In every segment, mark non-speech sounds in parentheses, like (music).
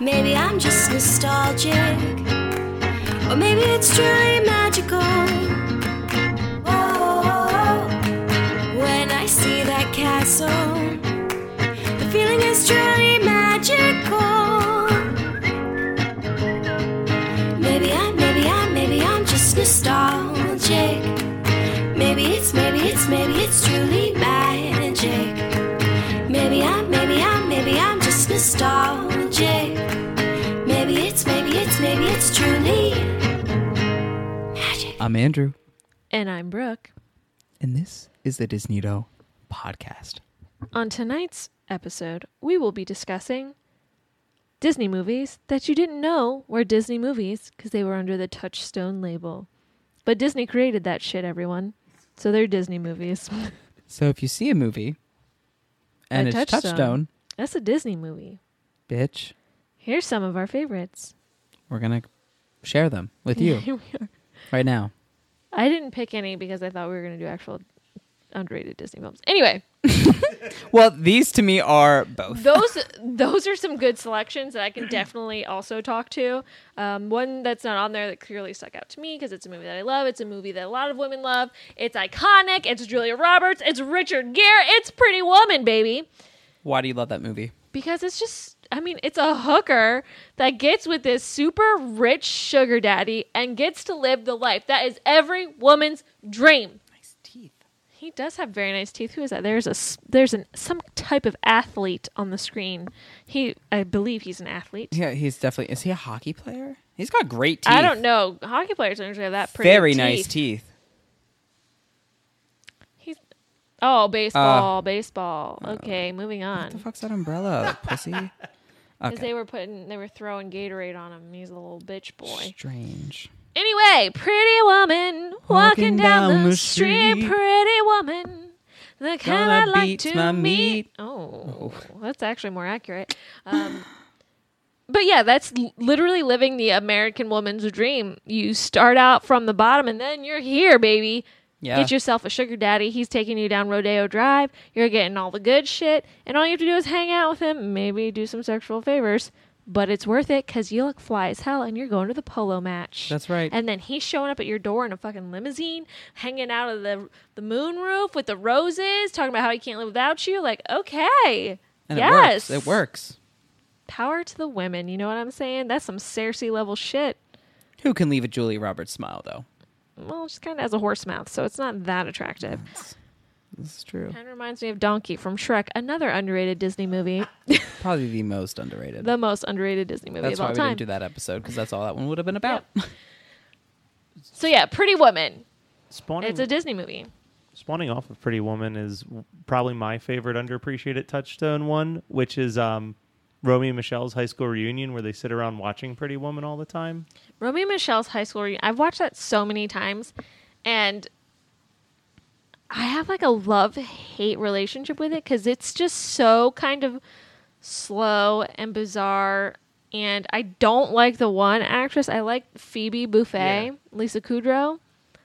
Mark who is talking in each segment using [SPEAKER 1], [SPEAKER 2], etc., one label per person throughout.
[SPEAKER 1] Maybe I'm just nostalgic. Or maybe it's truly magical. Oh, when I see that castle, the feeling is truly magical. Maybe I'm, maybe I'm, maybe I'm just nostalgic. Maybe it's, maybe it's, maybe it's truly magic. Maybe I'm, maybe I'm, maybe I'm just nostalgic. Maybe it's, maybe it's, maybe it's truly magic.
[SPEAKER 2] I'm Andrew,
[SPEAKER 3] And I'm Brooke.
[SPEAKER 2] and this is the Disneyto podcast.
[SPEAKER 3] On tonight's episode, we will be discussing Disney movies that you didn't know were Disney movies because they were under the Touchstone label. But Disney created that shit, everyone. So they're Disney movies. (laughs)
[SPEAKER 2] So if you see a movie and
[SPEAKER 3] A
[SPEAKER 2] it's
[SPEAKER 3] touchstone.
[SPEAKER 2] Touchstone,
[SPEAKER 3] That's a Disney movie.
[SPEAKER 2] bitch,
[SPEAKER 3] Here's some of our favorites.
[SPEAKER 2] we're gonna share them
[SPEAKER 3] (laughs)
[SPEAKER 2] with you
[SPEAKER 3] Here we are.
[SPEAKER 2] right now.
[SPEAKER 3] I didn't pick any because I thought we were going to do actual underrated Disney films. Anyway,
[SPEAKER 2] Well, these to me are both.
[SPEAKER 3] those those are some good selections that I can definitely also talk to. Um, one that's not on there that clearly stuck out to me because it's a movie that I love. It's a movie that a lot of women love. It's iconic. It's Julia Roberts. It's Richard Gere. It's Pretty Woman, baby.
[SPEAKER 2] Why do you love that movie?
[SPEAKER 3] Because it's just, I mean, it's a hooker that gets with this super rich sugar daddy and gets to live the life that is every woman's dream.
[SPEAKER 2] Nice teeth.
[SPEAKER 3] He does have very nice teeth. Who is that? There's a s- there's an some type of athlete on the screen. He I believe he's an athlete.
[SPEAKER 2] Yeah, he's definitely. Is he a hockey player? He's got great teeth.
[SPEAKER 3] I don't know. Hockey players don't usually have that pretty.
[SPEAKER 2] Very
[SPEAKER 3] teeth.
[SPEAKER 2] nice teeth.
[SPEAKER 3] He's oh baseball, baseball. Okay, moving on.
[SPEAKER 2] Uh, What the fuck's that
[SPEAKER 3] (laughs)
[SPEAKER 2] umbrella, pussy?
[SPEAKER 3] Because they were putting they were throwing Gatorade on him. He's a little bitch boy.
[SPEAKER 2] Strange.
[SPEAKER 3] Anyway, pretty woman walking,
[SPEAKER 2] Walking
[SPEAKER 3] down,
[SPEAKER 2] down
[SPEAKER 3] the,
[SPEAKER 2] the
[SPEAKER 3] street.
[SPEAKER 2] street.
[SPEAKER 3] Pretty woman, the kind
[SPEAKER 2] Gonna
[SPEAKER 3] I like
[SPEAKER 2] beat
[SPEAKER 3] to
[SPEAKER 2] my
[SPEAKER 3] meet.
[SPEAKER 2] meat.
[SPEAKER 3] Oh, that's actually more accurate. Um, but yeah, that's l- literally living the American woman's dream. You start out from the bottom, and then you're here, baby.
[SPEAKER 2] Yeah.
[SPEAKER 3] Get yourself a sugar daddy. He's taking you down Rodeo Drive. You're getting all the good shit, and all you have to do is hang out with him, maybe do some sexual favors. But it's worth it because you look fly as hell, and you're going to the polo match.
[SPEAKER 2] That's right.
[SPEAKER 3] And then he's showing up at your door in a fucking limousine, hanging out of the the moon roof with the roses, talking about how he can't live without you. Like, okay,
[SPEAKER 2] And
[SPEAKER 3] yes,
[SPEAKER 2] it works. It works.
[SPEAKER 3] Power to the women. You know what I'm saying? That's some Cersei level shit.
[SPEAKER 2] Who can leave a Julia Roberts smile though?
[SPEAKER 3] Well, she kind of has a horse mouth, so it's not that attractive.
[SPEAKER 2] This is true.
[SPEAKER 3] Kind of reminds me of Donkey from Shrek, another underrated Disney movie,
[SPEAKER 2] Probably the most underrated.
[SPEAKER 3] the most underrated Disney movie
[SPEAKER 2] That's
[SPEAKER 3] of all
[SPEAKER 2] why we
[SPEAKER 3] time.
[SPEAKER 2] didn't do that episode because that's all that one would have been about. (laughs)
[SPEAKER 3] So yeah, Pretty Woman.
[SPEAKER 2] Mm.
[SPEAKER 4] Spawning,
[SPEAKER 3] It's a Disney movie.
[SPEAKER 4] spawning off of Pretty Woman is w- probably my favorite underappreciated touchstone one, which is um, Romeo and Michelle's high school reunion where they sit around watching Pretty Woman all the time.
[SPEAKER 3] Romeo and Michelle's high school reunion. I've watched that so many times, and I have like a love hate relationship with it because it's just so kind of slow and bizarre. And I don't like the one actress. I like Phoebe Buffet, Lisa Kudrow,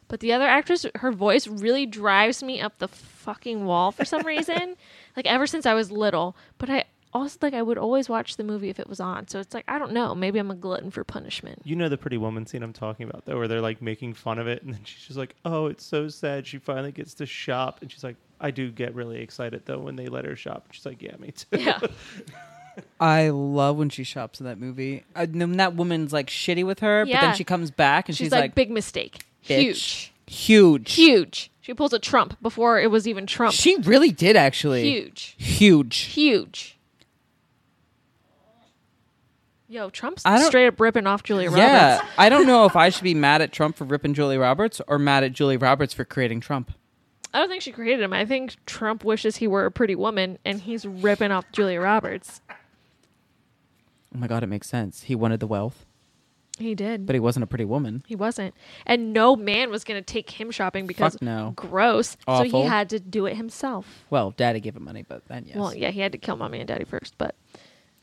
[SPEAKER 3] but the other actress, her voice really drives me up the fucking wall for some reason. Like ever since I was little, but I also like I would always watch the movie if it was on. So it's like I don't know. Maybe I'm a glutton for punishment.
[SPEAKER 4] You know the Pretty Woman scene I'm talking about, though, where they're like making fun of it, and then she's just like, "Oh, it's so sad. She finally gets to shop," and she's like, "I do get really excited though when they let her shop." And she's like, "Yeah, me too."
[SPEAKER 3] (laughs) Yeah.
[SPEAKER 2] I love when she shops in that movie. I, and then that woman's like shitty with her, but
[SPEAKER 3] Yeah.
[SPEAKER 2] then she comes back and she's,
[SPEAKER 3] She's like, big mistake.
[SPEAKER 2] "Bitch."
[SPEAKER 3] Huge.
[SPEAKER 2] huge.
[SPEAKER 3] Huge. She pulls a Trump before it was even Trump.
[SPEAKER 2] She really did actually.
[SPEAKER 3] Huge.
[SPEAKER 2] Huge.
[SPEAKER 3] Huge. Yo, Trump's
[SPEAKER 2] I don't-
[SPEAKER 3] straight up ripping off Julia
[SPEAKER 2] Yeah,
[SPEAKER 3] Roberts.
[SPEAKER 2] I don't know if I should be mad at Trump for ripping Julie Roberts or mad at Julie Roberts for creating Trump.
[SPEAKER 3] I don't think she created him. I think Trump wishes he were a pretty woman and he's ripping off Julia Roberts.
[SPEAKER 2] Oh my god, it makes sense. He wanted the wealth,
[SPEAKER 3] He did.
[SPEAKER 2] but he wasn't a pretty woman.
[SPEAKER 3] He wasn't. And no man was going to take him shopping because
[SPEAKER 2] Fuck no.
[SPEAKER 3] gross. So
[SPEAKER 2] Awful.
[SPEAKER 3] he had to do it himself.
[SPEAKER 2] Well, daddy gave him money, but then yes.
[SPEAKER 3] Well, yeah, he had to kill mommy and daddy first, but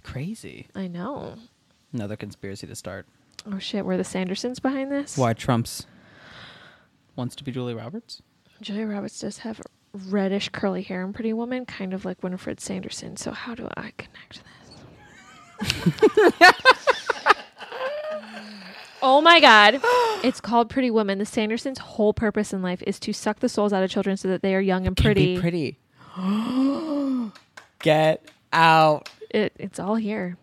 [SPEAKER 2] Crazy.
[SPEAKER 3] I know.
[SPEAKER 2] Another conspiracy to start.
[SPEAKER 3] Oh shit, were the Sandersons behind this?
[SPEAKER 2] Why Trump's wants to be Julie Roberts?
[SPEAKER 3] Julia Roberts does have reddish curly hair in Pretty Woman, kind of like Winifred Sanderson. So how do I connect this? (laughs) oh my god. It's called Pretty Woman. The Sandersons' whole purpose in life is to suck the souls out of children so that they are young and
[SPEAKER 2] Can
[SPEAKER 3] pretty.
[SPEAKER 2] Be pretty. (gasps) Get out.
[SPEAKER 3] It, it's all here.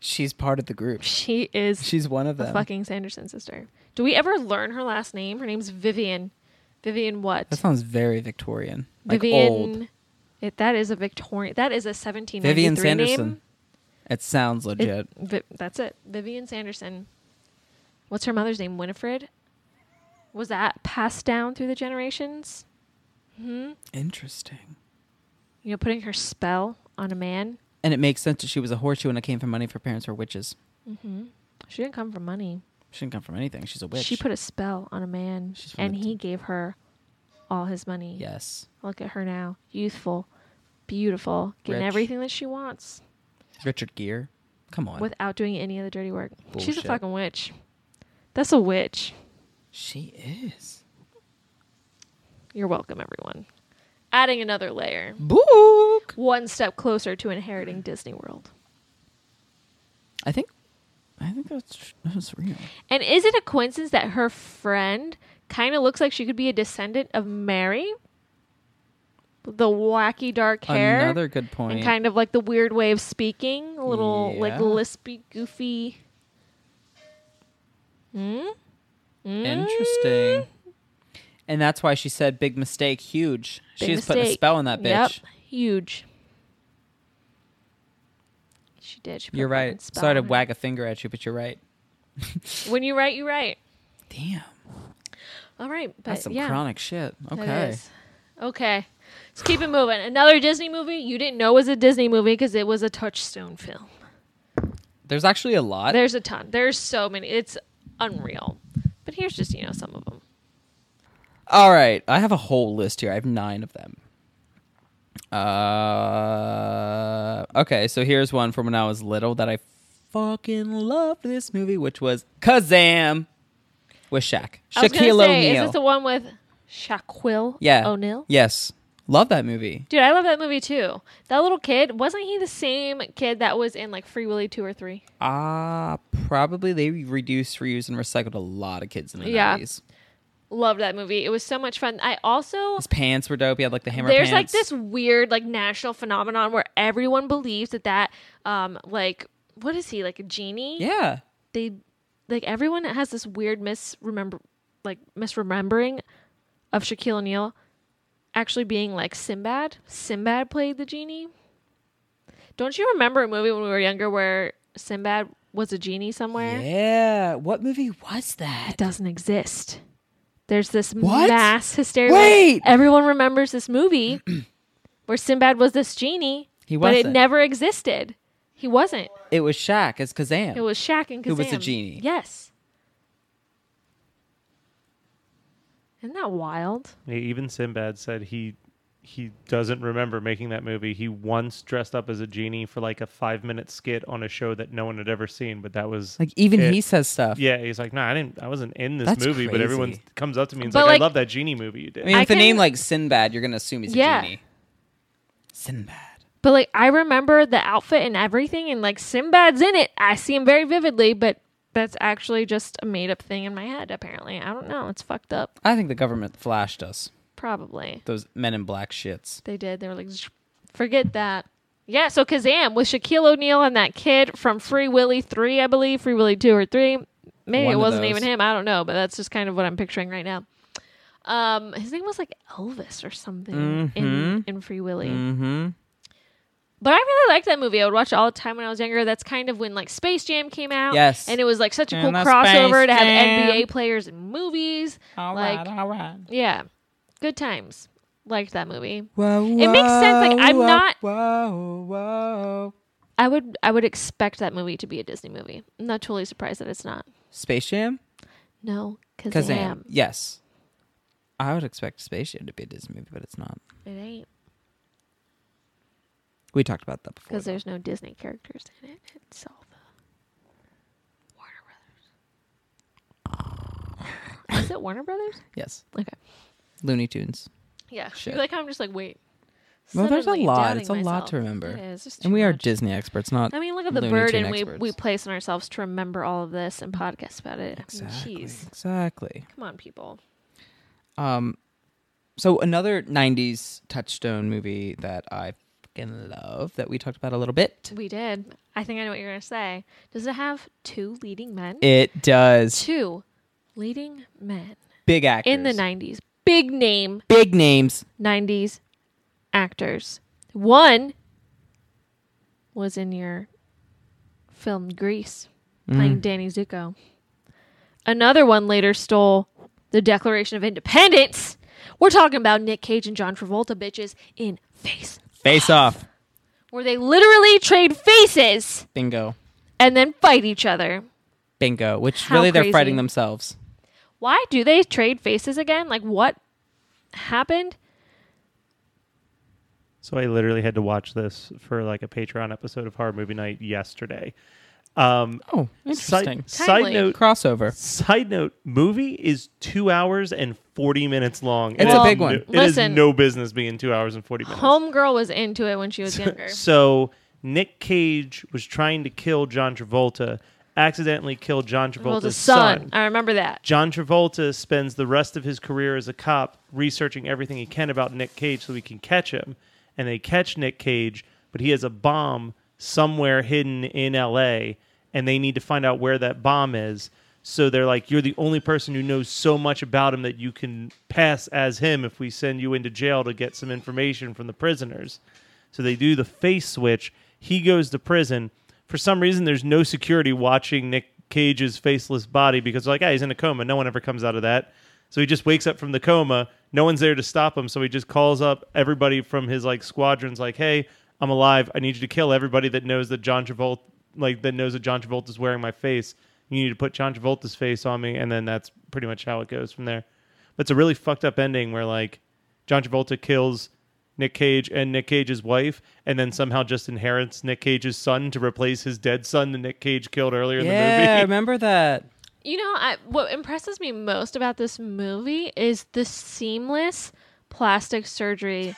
[SPEAKER 2] She's part of the group.
[SPEAKER 3] She is
[SPEAKER 2] She's one of
[SPEAKER 3] the
[SPEAKER 2] them.
[SPEAKER 3] fucking Sanderson sister. Do we ever learn her last name? Her name's Vivian. Vivian what?
[SPEAKER 2] that sounds very Victorian. Like
[SPEAKER 3] Vivian.
[SPEAKER 2] old.
[SPEAKER 3] It, that is a Victorian. That is a 1793
[SPEAKER 2] Vivian
[SPEAKER 3] name.
[SPEAKER 2] Sanderson. It sounds
[SPEAKER 3] It-
[SPEAKER 2] legit.
[SPEAKER 3] Vi- that's it. Vivian Sanderson. What's her mother's name? Winifred. Was that passed down through the generations?
[SPEAKER 2] Interesting.
[SPEAKER 3] You know, putting her spell on a man.
[SPEAKER 2] And it makes sense that she was a horseshoe and it came from money for parents who were witches.
[SPEAKER 3] She didn't come from money.
[SPEAKER 2] She didn't come from anything. She's a witch.
[SPEAKER 3] She put a spell on a man,
[SPEAKER 2] She's from
[SPEAKER 3] and
[SPEAKER 2] the-
[SPEAKER 3] he gave her all his money.
[SPEAKER 2] yes.
[SPEAKER 3] Look at her now. Youthful, beautiful, getting
[SPEAKER 2] Rich.
[SPEAKER 3] everything that she wants
[SPEAKER 2] Richard Gere. Come on.
[SPEAKER 3] without doing any of the dirty work. She's a
[SPEAKER 2] Bullshit.
[SPEAKER 3] fucking witch. That's a witch.
[SPEAKER 2] she is.
[SPEAKER 3] You're welcome, everyone. Adding another layer.
[SPEAKER 2] Book.
[SPEAKER 3] One step closer to
[SPEAKER 2] Mm.
[SPEAKER 3] inheriting Disney World.
[SPEAKER 2] I think. I think that's that's real.
[SPEAKER 3] And is it a coincidence that her friend kind of looks like she could be a descendant of Mary? The wacky dark hair.
[SPEAKER 2] Another good point.
[SPEAKER 3] And kind of like the weird way of speaking, a little like
[SPEAKER 2] Yeah.
[SPEAKER 3] lispy, goofy. Hmm?
[SPEAKER 2] Interesting. Mm. And that's why she said big mistake, huge.
[SPEAKER 3] Big
[SPEAKER 2] she was putting a
[SPEAKER 3] mistake.
[SPEAKER 2] spell on that bitch.
[SPEAKER 3] Yep. Huge. She did. She put
[SPEAKER 2] You're
[SPEAKER 3] a fucking
[SPEAKER 2] right.
[SPEAKER 3] spell
[SPEAKER 2] Sorry to
[SPEAKER 3] on it.
[SPEAKER 2] wag a finger at you, but you're right.
[SPEAKER 3] When you write, you write.
[SPEAKER 2] Damn.
[SPEAKER 3] All right, but
[SPEAKER 2] That's some
[SPEAKER 3] yeah,
[SPEAKER 2] chronic shit.
[SPEAKER 3] that
[SPEAKER 2] Okay.
[SPEAKER 3] is. Okay. Let's keep it moving. Another Disney movie you didn't know was a Disney movie because it was a touchstone film.
[SPEAKER 2] There's actually a lot.
[SPEAKER 3] There's a ton. There's so many. It's unreal. But here's just you know some of them.
[SPEAKER 2] All right. I have a whole list here. I have nine of them. Uh, okay. So here's one from when I was little that I fucking loved this movie, which was Kazam with Shaq.
[SPEAKER 3] I was gonna
[SPEAKER 2] Shaquille
[SPEAKER 3] say, is
[SPEAKER 2] O'Neal.
[SPEAKER 3] this the one with Shaquille
[SPEAKER 2] yeah.
[SPEAKER 3] O'Neal?
[SPEAKER 2] Yes. Love that movie.
[SPEAKER 3] Dude, I love that movie too. That little kid, wasn't he the same kid that was in like Free Willy 2 or 3?
[SPEAKER 2] Ah, probably they reduced, reused, and recycled a lot of kids in the
[SPEAKER 3] Yeah.
[SPEAKER 2] 90s.
[SPEAKER 3] Loved that movie. It was so much fun. I also
[SPEAKER 2] His pants were dope. He had like the hammer
[SPEAKER 3] there's like
[SPEAKER 2] pants.
[SPEAKER 3] this weird like national phenomenon where everyone believes that that um like what is he like a genie
[SPEAKER 2] Yeah.
[SPEAKER 3] they like everyone has this weird misremember like misremembering of shaquille o'neal actually being like sinbad sinbad played the genie don't you remember a movie when we were younger where sinbad was a genie somewhere
[SPEAKER 2] Yeah. What movie was
[SPEAKER 3] it
[SPEAKER 2] that?
[SPEAKER 3] doesn't exist. There's this
[SPEAKER 2] What?
[SPEAKER 3] mass hysteria.
[SPEAKER 2] Wait!
[SPEAKER 3] Everyone remembers
[SPEAKER 2] (clears throat)
[SPEAKER 3] this movie where Sinbad was this genie,
[SPEAKER 2] He
[SPEAKER 3] but it
[SPEAKER 2] wasn't.
[SPEAKER 3] never existed. He wasn't.
[SPEAKER 2] It was Shaq as Kazam.
[SPEAKER 3] It was Shaq and Kazam.
[SPEAKER 2] Who was the genie?
[SPEAKER 3] Yes. Isn't that wild?
[SPEAKER 4] Yeah, E, even Sinbad said he he doesn't remember making that movie. He once dressed up as a genie for like a five minute skit on a show that no one had ever seen, but that was
[SPEAKER 2] like even
[SPEAKER 4] it.
[SPEAKER 2] he says stuff.
[SPEAKER 4] yeah. He's like, no, I didn't. I wasn't in this
[SPEAKER 2] That's
[SPEAKER 4] movie, but everyone
[SPEAKER 2] crazy.
[SPEAKER 4] comes up to me and's
[SPEAKER 3] But,
[SPEAKER 4] like,
[SPEAKER 3] like-
[SPEAKER 4] I love that genie movie you did.
[SPEAKER 2] I mean,
[SPEAKER 3] I
[SPEAKER 2] with a name
[SPEAKER 3] can-
[SPEAKER 2] like Sinbad, you're gonna assume he's a
[SPEAKER 3] Yeah.
[SPEAKER 2] genie. Sinbad.
[SPEAKER 3] But like I remember the outfit and everything and like Sinbad's in it. I see him very vividly, but that's actually just a made up thing in my head apparently. I don't know. It's fucked up
[SPEAKER 2] I think the government flashed us
[SPEAKER 3] probably.
[SPEAKER 2] those Men in Black shits.
[SPEAKER 3] They did. They were like, "Sh- forget that. Yeah, so Kazam with Shaquille O'Neal and that kid from Free Willy 3, I believe, Free Willy 2 or 3. Maybe
[SPEAKER 2] One
[SPEAKER 3] it
[SPEAKER 2] of
[SPEAKER 3] wasn't
[SPEAKER 2] those.
[SPEAKER 3] even him. I don't know, but that's just kind of what I'm picturing right now. Um, his name was like Elvis or something in, in Free Willy.
[SPEAKER 2] Mm-hmm.
[SPEAKER 3] But I really liked that movie. I would watch it all the time when I was younger. That's kind of when like Space Jam came out.
[SPEAKER 2] Yes.
[SPEAKER 3] And it was like such a
[SPEAKER 2] And
[SPEAKER 3] cool
[SPEAKER 2] the
[SPEAKER 3] crossover
[SPEAKER 2] Space
[SPEAKER 3] to have
[SPEAKER 2] Jam.
[SPEAKER 3] NBA players in movies. like,
[SPEAKER 2] all right.
[SPEAKER 3] yeah. Good times. Liked that movie.
[SPEAKER 2] Whoa,
[SPEAKER 3] It makes sense, like, I'm
[SPEAKER 2] whoa,
[SPEAKER 3] not-
[SPEAKER 2] Whoa, whoa.
[SPEAKER 3] I would I would expect that movie to be a Disney movie. I'm not totally surprised that it's not.
[SPEAKER 2] Space Jam?
[SPEAKER 3] No, Kazam.
[SPEAKER 2] Kazam. Yes. I would expect Space Jam to be a Disney movie, but it's not.
[SPEAKER 3] It ain't
[SPEAKER 2] We talked about that before.
[SPEAKER 3] because there's no Disney characters in it. It's all the Warner Brothers. (laughs) Is it Warner Brothers?
[SPEAKER 2] Yes.
[SPEAKER 3] Okay.
[SPEAKER 2] Looney Tunes.
[SPEAKER 3] Yeah.
[SPEAKER 2] Shit.
[SPEAKER 3] Like I'm just like wait.
[SPEAKER 2] Well, there's a
[SPEAKER 3] Suddenly
[SPEAKER 2] lot.
[SPEAKER 3] doubting
[SPEAKER 2] It's a lot
[SPEAKER 3] myself.
[SPEAKER 2] to remember.
[SPEAKER 3] It is. It's
[SPEAKER 2] and
[SPEAKER 3] too
[SPEAKER 2] we are
[SPEAKER 3] much.
[SPEAKER 2] Disney experts, not.
[SPEAKER 3] I mean, look at the
[SPEAKER 2] Looney Tune
[SPEAKER 3] burden we,
[SPEAKER 2] experts. Mm-hmm.
[SPEAKER 3] we place on ourselves to remember all of this and podcast about it. I
[SPEAKER 2] Exactly.
[SPEAKER 3] mean, jeez.
[SPEAKER 2] Exactly.
[SPEAKER 3] Come on, people.
[SPEAKER 2] Um, so another '90s touchstone movie that I fucking love that we talked about a little bit.
[SPEAKER 3] We did. I think I know what you're going to say. Does it have two leading men?
[SPEAKER 2] It does
[SPEAKER 3] two leading men
[SPEAKER 2] big actors
[SPEAKER 3] in the 90s. Big name
[SPEAKER 2] big names.
[SPEAKER 3] 90s actors. One was in your film Grease, playing Danny Zuko. Another one later stole the Declaration of Independence. We're talking about Nick Cage and John Travolta bitches in Face,
[SPEAKER 2] Face off,
[SPEAKER 3] where they literally trade faces
[SPEAKER 2] bingo,
[SPEAKER 3] and then fight each other.
[SPEAKER 2] bingo. Which
[SPEAKER 3] How
[SPEAKER 2] really they're
[SPEAKER 3] crazy.
[SPEAKER 2] fighting themselves.
[SPEAKER 3] Why do they trade faces again? Like what happened?
[SPEAKER 4] So I literally had to watch this for like a Patreon episode of Horror Movie Night yesterday. Um,
[SPEAKER 2] Oh,
[SPEAKER 4] side,
[SPEAKER 2] interesting
[SPEAKER 4] side
[SPEAKER 3] Timely.
[SPEAKER 4] note.
[SPEAKER 2] crossover.
[SPEAKER 4] Side note: Movie is two hours and forty minutes long.
[SPEAKER 2] It's
[SPEAKER 3] a
[SPEAKER 4] has
[SPEAKER 2] big
[SPEAKER 4] no-
[SPEAKER 2] one.
[SPEAKER 4] It has
[SPEAKER 3] Listen.
[SPEAKER 4] no business being two hours and forty minutes.
[SPEAKER 3] Homegirl was into it when she
[SPEAKER 4] (laughs)
[SPEAKER 3] was younger.
[SPEAKER 4] So Nick Cage was trying to kill John Travolta, accidentally killed John Travolta's
[SPEAKER 3] Travolta's son.
[SPEAKER 4] son.
[SPEAKER 3] I remember that.
[SPEAKER 4] John Travolta spends the rest of his career as a cop researching everything he can about Nick Cage so he can catch him. And they catch Nick Cage, but he has a bomb somewhere hidden in LA, and they need to find out where that bomb is. So they're like, You're the only person who knows so much about him that you can pass as him if we send you into jail to get some information from the prisoners. So they do the face switch. He goes to prison. For some reason, there's no security watching Nick Cage's faceless body because, like, ah, he's in a coma. No one ever comes out of that. So he just wakes up from the coma. No one's there to stop him. So he just calls up everybody from his like squadrons, like, "Hey, I'm alive. I need you to kill everybody that knows that John Travolta, like, that knows that John Travolta's wearing my face. You need to put John Travolta's face on me." And then that's pretty much how it goes from there. But it's a really fucked up ending where like John Travolta kills Nick Cage and Nick Cage's wife, and then somehow just inherits Nick Cage's son to replace his dead son that Nick Cage killed earlier in the
[SPEAKER 2] Yeah,
[SPEAKER 4] movie.
[SPEAKER 2] remember that.
[SPEAKER 3] You know, I, what impresses me most about this movie is the seamless plastic surgery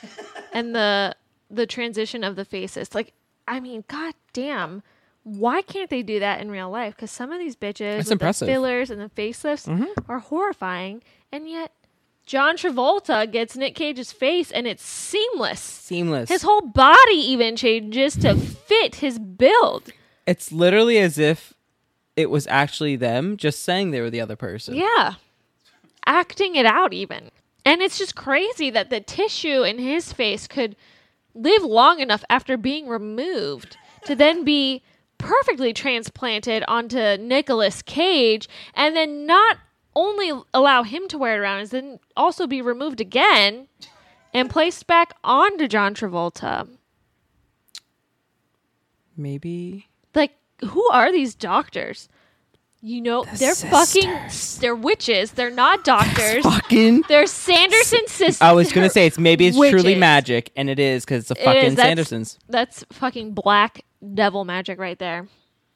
[SPEAKER 3] and the the transition of the faces. Like, I mean, god damn, why can't they do that in real life? Because some of these bitches
[SPEAKER 2] That's
[SPEAKER 3] with
[SPEAKER 2] impressive.
[SPEAKER 3] the fillers and the facelifts are horrifying, and yet John Travolta gets Nick Cage's face, and it's seamless.
[SPEAKER 2] Seamless.
[SPEAKER 3] His whole body even changes to fit his build.
[SPEAKER 2] it's literally as if it was actually them, just saying they were the other person.
[SPEAKER 3] Yeah. Acting it out, even. And it's just crazy that the tissue in his face could live long enough after being removed to then be perfectly transplanted onto Nicolas Cage and then not only allow him to wear it around, is then also be removed again and placed back onto John Travolta.
[SPEAKER 2] Maybe
[SPEAKER 3] like who are these doctors you know they're
[SPEAKER 2] sisters.
[SPEAKER 3] fucking they're witches they're not docters
[SPEAKER 2] fucking
[SPEAKER 3] they're sanderson sisters
[SPEAKER 2] I was gonna say it's maybe it's truly
[SPEAKER 3] Witches.
[SPEAKER 2] magic, and it is because it's a
[SPEAKER 3] It is.
[SPEAKER 2] fucking
[SPEAKER 3] That's-
[SPEAKER 2] Sandersons.
[SPEAKER 3] that's fucking black devil magic right there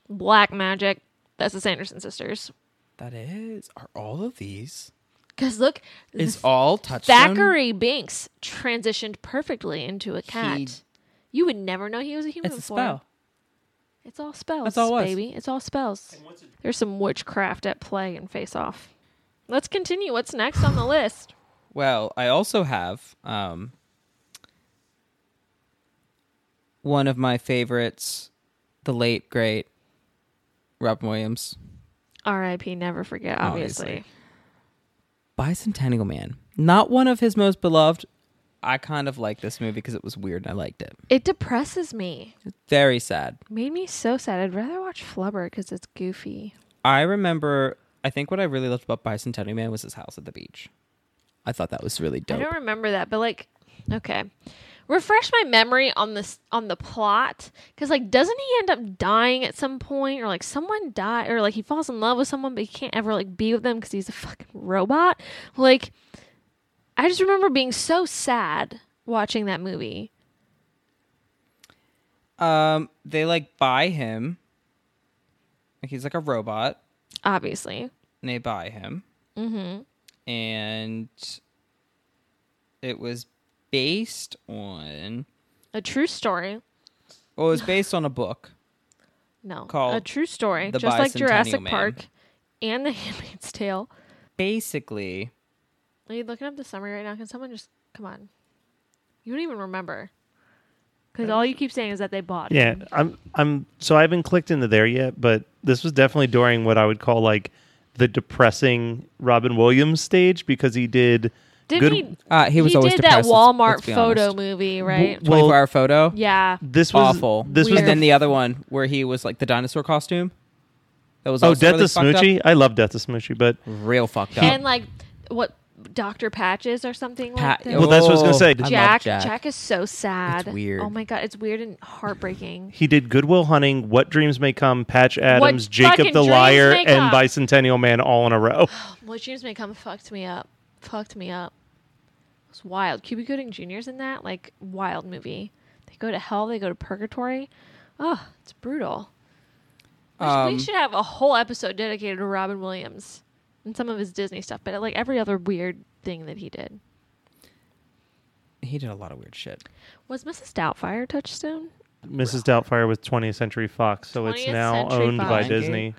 [SPEAKER 3] black magic that's the sanderson sisters
[SPEAKER 2] That is. Are all of these?
[SPEAKER 3] because look
[SPEAKER 2] Is all touchstone?
[SPEAKER 3] thackeray binks transitioned perfectly into a cat
[SPEAKER 2] He-
[SPEAKER 3] you would never know he was a human
[SPEAKER 2] It's a
[SPEAKER 3] before.
[SPEAKER 2] spell.
[SPEAKER 3] it's all spells
[SPEAKER 2] That's all it was.
[SPEAKER 3] baby it's all spells there's some witchcraft at play in face off let's continue what's next on the list
[SPEAKER 2] Well, I also have um one of my favorites, the late great Robin Williams,
[SPEAKER 3] R.I.P. Never forget. Obviously,
[SPEAKER 2] Obviously. Bicentennial Man. Not one of his most beloved. I kind of like this movie because it was weird and I liked it.
[SPEAKER 3] it depresses me.
[SPEAKER 2] Very sad.
[SPEAKER 3] Made me so sad. I'd rather watch Flubber because it's goofy.
[SPEAKER 2] I remember. I think what I really loved about Bicentennial Man was his house at the beach. I thought that was really dope.
[SPEAKER 3] I don't remember that, but like, Okay. Refresh my memory on this on the plot cuz like doesn't he end up dying at some point or like someone die or like he falls in love with someone but he can't ever like be with them cuz he's a fucking robot? Like I just remember being so sad watching that movie.
[SPEAKER 2] Um, they like buy him. Like he's like a robot,
[SPEAKER 3] Obviously.
[SPEAKER 2] and they buy him. Mm-hmm. And it was based on.
[SPEAKER 3] A true story.
[SPEAKER 2] Well, it was based on a book.
[SPEAKER 3] No. a
[SPEAKER 2] Called
[SPEAKER 3] true story
[SPEAKER 2] The
[SPEAKER 3] just like
[SPEAKER 2] Bicentennial
[SPEAKER 3] Jurassic
[SPEAKER 2] Man.
[SPEAKER 3] Park and The Handmaid's Tale.
[SPEAKER 2] Basically,
[SPEAKER 3] Are you looking up the summary right now? Can someone just come on? You don't even remember. Cuz all you keep saying is that they bought it.
[SPEAKER 4] (laughs) Yeah, I'm I'm so I haven't clicked into there yet, but this was definitely during what I would call like the depressing Robin Williams stage because he did
[SPEAKER 3] Didn't
[SPEAKER 4] good-
[SPEAKER 3] he?
[SPEAKER 2] Uh, he was
[SPEAKER 3] he
[SPEAKER 2] always
[SPEAKER 3] did
[SPEAKER 2] depressed,
[SPEAKER 3] that
[SPEAKER 2] let's-
[SPEAKER 3] Walmart
[SPEAKER 2] let's be
[SPEAKER 3] photo
[SPEAKER 2] honest.
[SPEAKER 3] movie, right?
[SPEAKER 4] Well-
[SPEAKER 2] twenty-four hour photo.
[SPEAKER 3] yeah.
[SPEAKER 4] this was
[SPEAKER 2] awful.
[SPEAKER 4] This was
[SPEAKER 3] Weird.
[SPEAKER 2] and then
[SPEAKER 4] the,
[SPEAKER 2] the other one where he was like the dinosaur costume. That was
[SPEAKER 4] oh
[SPEAKER 2] also
[SPEAKER 4] Death
[SPEAKER 2] really
[SPEAKER 4] of
[SPEAKER 2] fucked up.
[SPEAKER 4] Smoochie. I love Death of Smoochie, but
[SPEAKER 2] real fucked up.
[SPEAKER 3] and like what Dr. Patches or something
[SPEAKER 2] Pat- oh,
[SPEAKER 3] like that.
[SPEAKER 4] Well, that's what I was gonna say.
[SPEAKER 2] I love
[SPEAKER 3] Jack,
[SPEAKER 2] Jack.
[SPEAKER 3] Jack is so sad.
[SPEAKER 2] It's weird.
[SPEAKER 3] Oh my god, it's weird and heartbreaking.
[SPEAKER 4] he did Goodwill Hunting, What Dreams May Come, Patch Adams,
[SPEAKER 3] fucking
[SPEAKER 4] Jacob the
[SPEAKER 3] dreams
[SPEAKER 4] Liar,
[SPEAKER 3] may
[SPEAKER 4] and
[SPEAKER 3] come?
[SPEAKER 4] Bicentennial Man all in
[SPEAKER 3] (gasps)
[SPEAKER 4] a row.
[SPEAKER 3] What Dreams May Come fucked me up. Fucked me up. It was wild. Cuba Gooding Jr.'s in that like wild movie. They go to hell. They go to purgatory. Oh, it's brutal. We sh- we
[SPEAKER 2] Um,
[SPEAKER 3] should have a whole episode dedicated to Robin Williams and some of his Disney stuff, but like every other weird thing that he did.
[SPEAKER 2] he did a lot of weird shit.
[SPEAKER 3] Was Mrs. Doubtfire Touchstone?
[SPEAKER 4] Mrs. Doubtfire with 20th Century Fox, so it's
[SPEAKER 3] 20th
[SPEAKER 4] now
[SPEAKER 3] Century
[SPEAKER 4] owned by
[SPEAKER 2] Fox.
[SPEAKER 4] Disney.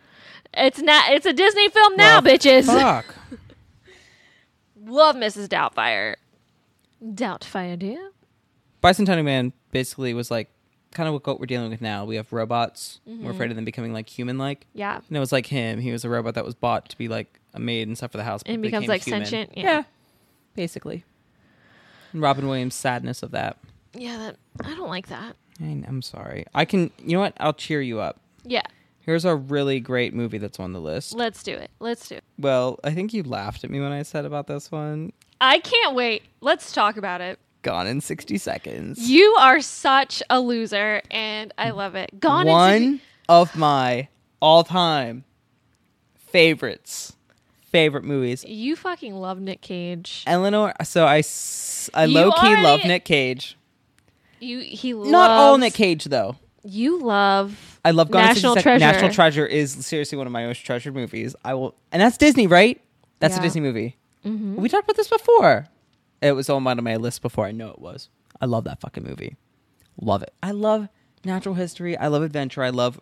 [SPEAKER 3] It's not. It's a Disney film now,
[SPEAKER 2] Well,
[SPEAKER 3] bitches. (laughs)
[SPEAKER 2] Fuck.
[SPEAKER 3] Love Mrs. Doubtfire. Doubtfire, do you?
[SPEAKER 2] Bicentennial Man basically was like kind of what we're dealing with now. We have robots. We're afraid of them becoming like human like.
[SPEAKER 3] Mm-hmm. Yeah.
[SPEAKER 2] And it was like him. He was a robot that was bought to be like a maid and stuff for the house. but
[SPEAKER 3] And becomes
[SPEAKER 2] became
[SPEAKER 3] like
[SPEAKER 2] human.
[SPEAKER 3] sentient. Yeah.
[SPEAKER 2] Basically. And Robin Williams' sadness of that.
[SPEAKER 3] Yeah, that, I don't like that.
[SPEAKER 2] And I'm sorry. I can, you know what? I'll cheer you up.
[SPEAKER 3] Yeah.
[SPEAKER 2] Here's a really great movie that's on the list.
[SPEAKER 3] Let's do it. Let's do it.
[SPEAKER 2] Well, I think you laughed at me when I said about this one.
[SPEAKER 3] I can't wait. Let's talk about it.
[SPEAKER 2] Gone in 60 seconds.
[SPEAKER 3] You are such a loser, and I love it. Gone
[SPEAKER 2] one
[SPEAKER 3] Into,
[SPEAKER 2] of my all-time favorites favorite movies
[SPEAKER 3] you fucking love Nick Cage.
[SPEAKER 2] eleanor so i s- i
[SPEAKER 3] You
[SPEAKER 2] low-key
[SPEAKER 3] already-
[SPEAKER 2] love nick cage
[SPEAKER 3] You he loves,
[SPEAKER 2] not all nick cage though
[SPEAKER 3] You love.
[SPEAKER 2] i love Gone in 60
[SPEAKER 3] National
[SPEAKER 2] Sec-
[SPEAKER 3] Treasure.
[SPEAKER 2] national treasure is seriously one of my most treasured movies i will and that's disney right that's
[SPEAKER 3] Yeah. Mm-hmm.
[SPEAKER 2] a disney movie we talked about this before it was on one of my lists before i know it was i love that fucking movie love it i love natural history i love adventure i
[SPEAKER 3] (laughs)
[SPEAKER 2] love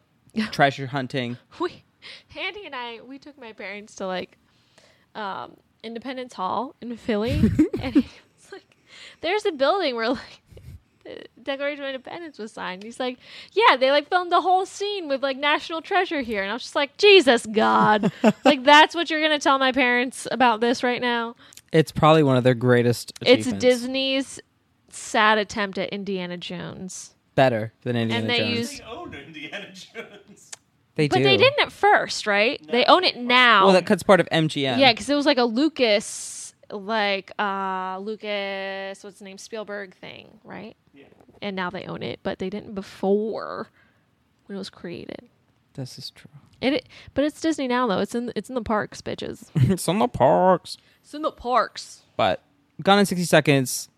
[SPEAKER 2] treasure hunting
[SPEAKER 3] we Andy and I we took my parents to like um Independence Hall in Philly
[SPEAKER 2] (laughs)
[SPEAKER 3] and he was like there's a building where like the Declaration of Independence was signed. He's like, Yeah, they like filmed the whole scene with like national treasure here and I was just like, Jesus God
[SPEAKER 2] (laughs)
[SPEAKER 3] Like that's what you're gonna tell my parents about this right now.
[SPEAKER 2] It's probably one of their greatest.
[SPEAKER 3] It's
[SPEAKER 2] achievements.
[SPEAKER 3] Disney's sad attempt at Indiana Jones.
[SPEAKER 2] better than Indiana
[SPEAKER 3] and they
[SPEAKER 2] Jones.
[SPEAKER 3] use
[SPEAKER 4] owned Indiana Jones.
[SPEAKER 2] they
[SPEAKER 3] but
[SPEAKER 2] do.
[SPEAKER 3] they didn't at first, right? They own it now.
[SPEAKER 2] Well, that cuts part of MGM.
[SPEAKER 3] Yeah, because it was like a Lucas, like uh Lucas, what's his name, Spielberg thing, right? Yeah. And now they own it, but they didn't before when it was created.
[SPEAKER 2] this is true.
[SPEAKER 3] It, but it's Disney now though. It's in it's in the parks,
[SPEAKER 2] (laughs)
[SPEAKER 3] bitches.
[SPEAKER 2] it's on the parks,
[SPEAKER 3] it's in the parks.
[SPEAKER 2] but Gone in sixty seconds.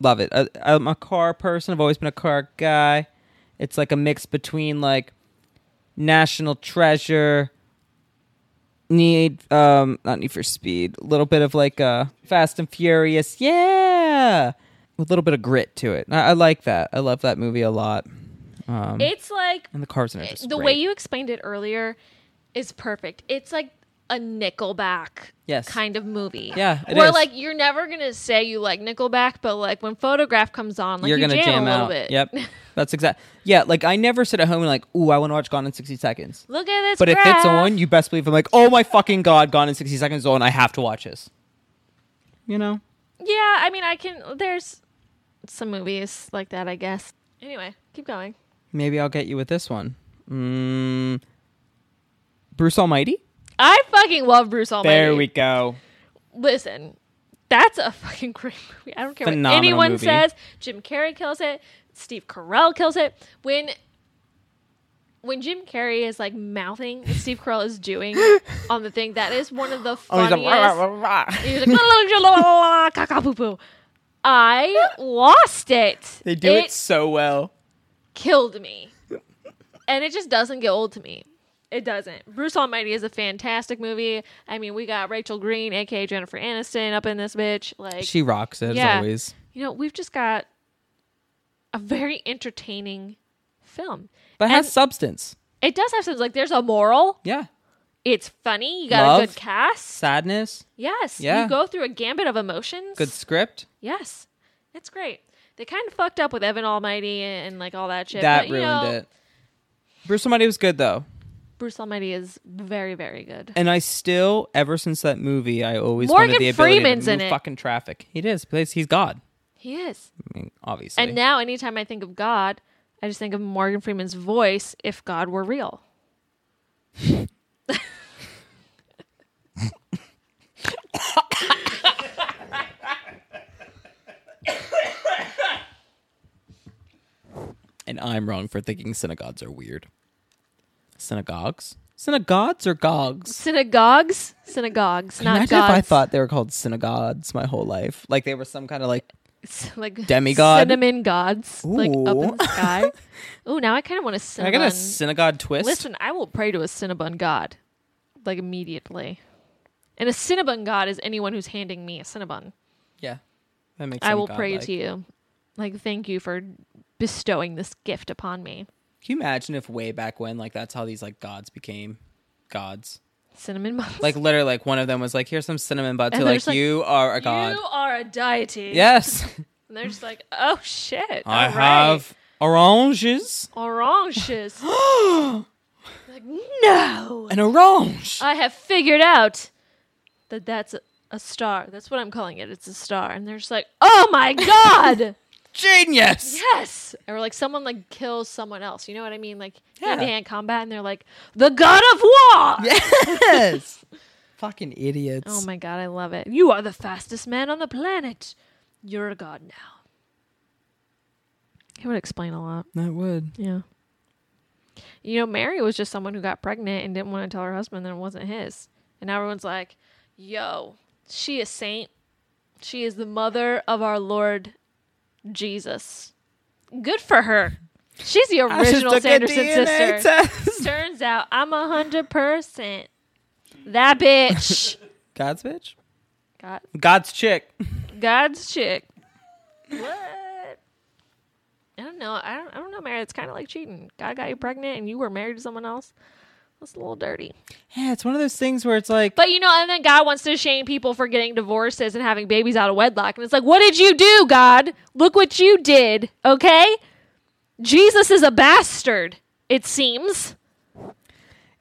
[SPEAKER 2] Love it. I, I'm a car person. I've always been a car guy. It's like a mix between like National Treasure, Need, um, not Need for Speed, a little bit of like uh, Fast and Furious. Yeah, with a little bit of grit to it. I, I like that. I love that movie a lot. Um,
[SPEAKER 3] It's like
[SPEAKER 2] and the cars in it are just
[SPEAKER 3] the
[SPEAKER 2] great.
[SPEAKER 3] way you explained it earlier is perfect. It's like a Nickelback
[SPEAKER 2] Yes.
[SPEAKER 3] kind of movie.
[SPEAKER 2] Yeah, it
[SPEAKER 3] Or
[SPEAKER 2] is.
[SPEAKER 3] like you're never gonna say you like Nickelback, but like when Photograph comes on, like
[SPEAKER 2] you're
[SPEAKER 3] you
[SPEAKER 2] gonna jam,
[SPEAKER 3] a little
[SPEAKER 2] out.
[SPEAKER 3] bit. (laughs)
[SPEAKER 2] Yep, that's exact. Yeah, like I never sit at home and like, ooh, I want to watch Gone in sixty seconds.
[SPEAKER 3] Look at this.
[SPEAKER 2] But if
[SPEAKER 3] graph.
[SPEAKER 2] it's on, you best believe I'm like, oh my fucking god, Gone in sixty seconds is on. I have to watch this. You know,
[SPEAKER 3] Yeah, I mean, I can. There's some movies like that, I guess. Anyway, keep going.
[SPEAKER 2] maybe I'll get you with this one. Mm, Bruce Almighty.
[SPEAKER 3] I fucking love Bruce Almighty.
[SPEAKER 2] There we go.
[SPEAKER 3] Listen, That's a fucking great movie. I don't care what
[SPEAKER 2] Phenomenal
[SPEAKER 3] anyone
[SPEAKER 2] movie.
[SPEAKER 3] says. Jim Carrey kills it. Steve Carell kills it. When when Jim Carrey is like mouthing what Steve Carell is doing on the thing, that is one of the
[SPEAKER 2] Oh, he's
[SPEAKER 3] funniest.
[SPEAKER 2] like, rah, rah, rah, rah.
[SPEAKER 3] He was like, "La, la, la, la, la, la, ca, ca, poo, poo." I lost it.
[SPEAKER 2] They do it so well.
[SPEAKER 3] killed me. And it just doesn't get old to me. It doesn't. Bruce Almighty is a fantastic movie. I mean, we got Rachel Green, aka Jennifer Aniston, up in this bitch. Like
[SPEAKER 2] She rocks it
[SPEAKER 3] Yeah.
[SPEAKER 2] as always.
[SPEAKER 3] you know, we've just got a very entertaining film.
[SPEAKER 2] But it has
[SPEAKER 3] And-
[SPEAKER 2] substance.
[SPEAKER 3] It does have some like there's a moral.
[SPEAKER 2] Yeah.
[SPEAKER 3] It's funny. You got a
[SPEAKER 2] Love.
[SPEAKER 3] good cast.
[SPEAKER 2] Sadness,
[SPEAKER 3] Yes.
[SPEAKER 2] Yeah.
[SPEAKER 3] You go through a gambit of emotions.
[SPEAKER 2] good script.
[SPEAKER 3] Yes. It's great. They kind of fucked up with Evan Almighty and, and, like all that shit.
[SPEAKER 2] that
[SPEAKER 3] but, you
[SPEAKER 2] ruined
[SPEAKER 3] know,
[SPEAKER 2] it. Bruce Almighty was good though.
[SPEAKER 3] Bruce Almighty is very, very good.
[SPEAKER 2] And I still, ever since that movie, I always
[SPEAKER 3] Morgan
[SPEAKER 2] wanted the ability
[SPEAKER 3] Freeman's
[SPEAKER 2] to
[SPEAKER 3] in
[SPEAKER 2] move
[SPEAKER 3] it.
[SPEAKER 2] fucking traffic. He is. Because he's God.
[SPEAKER 3] He is.
[SPEAKER 2] I mean, obviously.
[SPEAKER 3] And now, anytime I think of God, I just think of Morgan Freeman's voice if God were real.
[SPEAKER 2] and I'm wrong for thinking synagogues are weird. Synagogues? Synagogues or gogs?
[SPEAKER 3] Synagogues? Synagogues, not
[SPEAKER 2] Imagine
[SPEAKER 3] gods.
[SPEAKER 2] if I
[SPEAKER 3] (laughs)
[SPEAKER 2] thought they were called synagogues my whole life. Like they were some kind of like
[SPEAKER 3] S- like
[SPEAKER 2] demigod.
[SPEAKER 3] Cinnamon gods. Like up
[SPEAKER 2] Ooh.
[SPEAKER 3] in
[SPEAKER 2] (laughs)
[SPEAKER 3] the sky. Ooh, now I kind of want a
[SPEAKER 2] Can I got a
[SPEAKER 3] cinnabon.
[SPEAKER 2] synagogue twist.
[SPEAKER 3] Listen, I will pray to a cinnabon god. Like immediately. And a cinnabon god is anyone who's handing me a cinnabon.
[SPEAKER 2] Yeah. That makes
[SPEAKER 3] I
[SPEAKER 2] him
[SPEAKER 3] will pray
[SPEAKER 2] godlike.
[SPEAKER 3] to you. Like, thank you for bestowing this gift upon me.
[SPEAKER 2] Can you imagine if way back when, like that's how these like gods became gods?
[SPEAKER 3] Cinnamon (laughs) buns.
[SPEAKER 2] Like literally, like one of them was like, "Here's some cinnamon bun," to
[SPEAKER 3] And they're
[SPEAKER 2] like,
[SPEAKER 3] just like,
[SPEAKER 2] "You are a god."
[SPEAKER 3] You are a deity. (laughs)
[SPEAKER 2] Yes,
[SPEAKER 3] And they're just like, oh shit.
[SPEAKER 2] I
[SPEAKER 3] all right.
[SPEAKER 2] have oranges, (gasps)
[SPEAKER 3] oranges. like, no.
[SPEAKER 2] an orange.
[SPEAKER 3] I have figured out that that's a, a star. That's what I'm calling it. It's a star. And they're just like, oh
[SPEAKER 2] (laughs)
[SPEAKER 3] my god.
[SPEAKER 2] Genius.
[SPEAKER 3] (laughs) yes. Or like someone like kills someone else. You know what I mean? Like
[SPEAKER 2] Yeah.
[SPEAKER 3] hand to hand combat. And they're like, the god of war.
[SPEAKER 2] Yes. Fucking idiots.
[SPEAKER 3] Oh my god, I love it. You are the fastest man on the planet. You're a god now. It would explain a lot.
[SPEAKER 2] That would.
[SPEAKER 3] Yeah. You know, Mary was just someone who got pregnant and didn't want to tell her husband that it wasn't his. And now everyone's like, yo, she is saint. She is the mother of our Lord Jesus. Good for her. She's the original Sanderson sister.
[SPEAKER 2] test.
[SPEAKER 3] Turns out I'm a hundred percent that bitch.
[SPEAKER 2] God's bitch.
[SPEAKER 3] God,
[SPEAKER 2] God's chick.
[SPEAKER 3] God's chick. What? I don't know. I don't. I don't know, Mary. It's kind of like cheating. God got you pregnant, and you were married to someone else. That's a little dirty.
[SPEAKER 2] Yeah, it's one of those things where it's like,
[SPEAKER 3] But you know, and then God wants to shame people for getting divorces and having babies out of wedlock. And it's like, what did you do, God? Look what you did. Okay, Jesus is a bastard. It seems.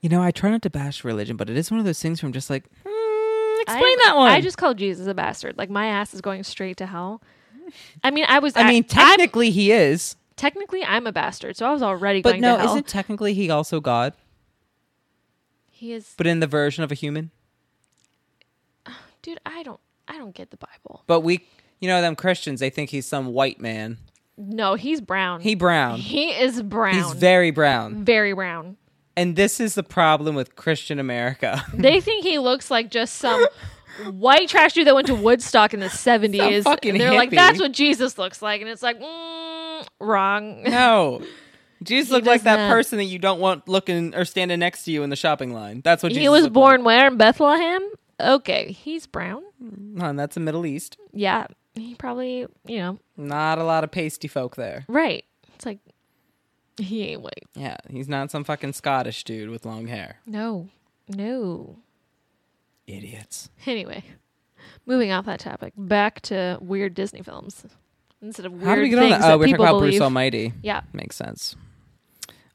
[SPEAKER 2] you know, I try not to bash religion, but it is one of those things where I'm just like, hmm,
[SPEAKER 3] I
[SPEAKER 2] explain
[SPEAKER 3] am-
[SPEAKER 2] that one.
[SPEAKER 3] I just called Jesus a bastard. Like my ass is going straight to hell. I mean, I was.
[SPEAKER 2] I mean,
[SPEAKER 3] I'm-
[SPEAKER 2] technically he is,
[SPEAKER 3] technically, I'm a bastard, so I was already
[SPEAKER 2] but
[SPEAKER 3] going
[SPEAKER 2] no,
[SPEAKER 3] to hell.
[SPEAKER 2] isn't technically he also God?
[SPEAKER 3] He is
[SPEAKER 2] But in the version of a human.
[SPEAKER 3] dude i don't i don't get the bible
[SPEAKER 2] But we, you know, them Christians, they think he's some white man.
[SPEAKER 3] no he's brown
[SPEAKER 2] He brown.
[SPEAKER 3] he is brown
[SPEAKER 2] He's very brown.
[SPEAKER 3] very brown
[SPEAKER 2] And this is the problem with Christian America. (laughs)
[SPEAKER 3] they think he looks like just some white trash dude that went to woodstock
[SPEAKER 2] (laughs)
[SPEAKER 3] in the 70s
[SPEAKER 2] fucking
[SPEAKER 3] and they're like
[SPEAKER 2] hippie.
[SPEAKER 3] that's what jesus looks like and it's like mm, wrong
[SPEAKER 2] No. Jesus looked like
[SPEAKER 3] does
[SPEAKER 2] that
[SPEAKER 3] not.
[SPEAKER 2] person that you don't want looking or standing next to you in the shopping line. That's what Jesus
[SPEAKER 3] (laughs) he was
[SPEAKER 2] looked
[SPEAKER 3] born where in bethlehem okay he's brown
[SPEAKER 2] like. Huh, and that's the Middle East.
[SPEAKER 3] yeah he probably you know
[SPEAKER 2] Not a lot of pasty folk there.
[SPEAKER 3] right it's like he ain't white
[SPEAKER 2] Yeah, he's not some fucking Scottish dude with long hair.
[SPEAKER 3] no no
[SPEAKER 2] Idiots.
[SPEAKER 3] Anyway, moving off that topic, back to weird Disney films instead of weird
[SPEAKER 2] How do we get on
[SPEAKER 3] things
[SPEAKER 2] that?
[SPEAKER 3] that,
[SPEAKER 2] Oh, we're talking
[SPEAKER 3] people
[SPEAKER 2] about
[SPEAKER 3] believe.
[SPEAKER 2] Bruce Almighty.
[SPEAKER 3] Yeah,
[SPEAKER 2] Makes sense.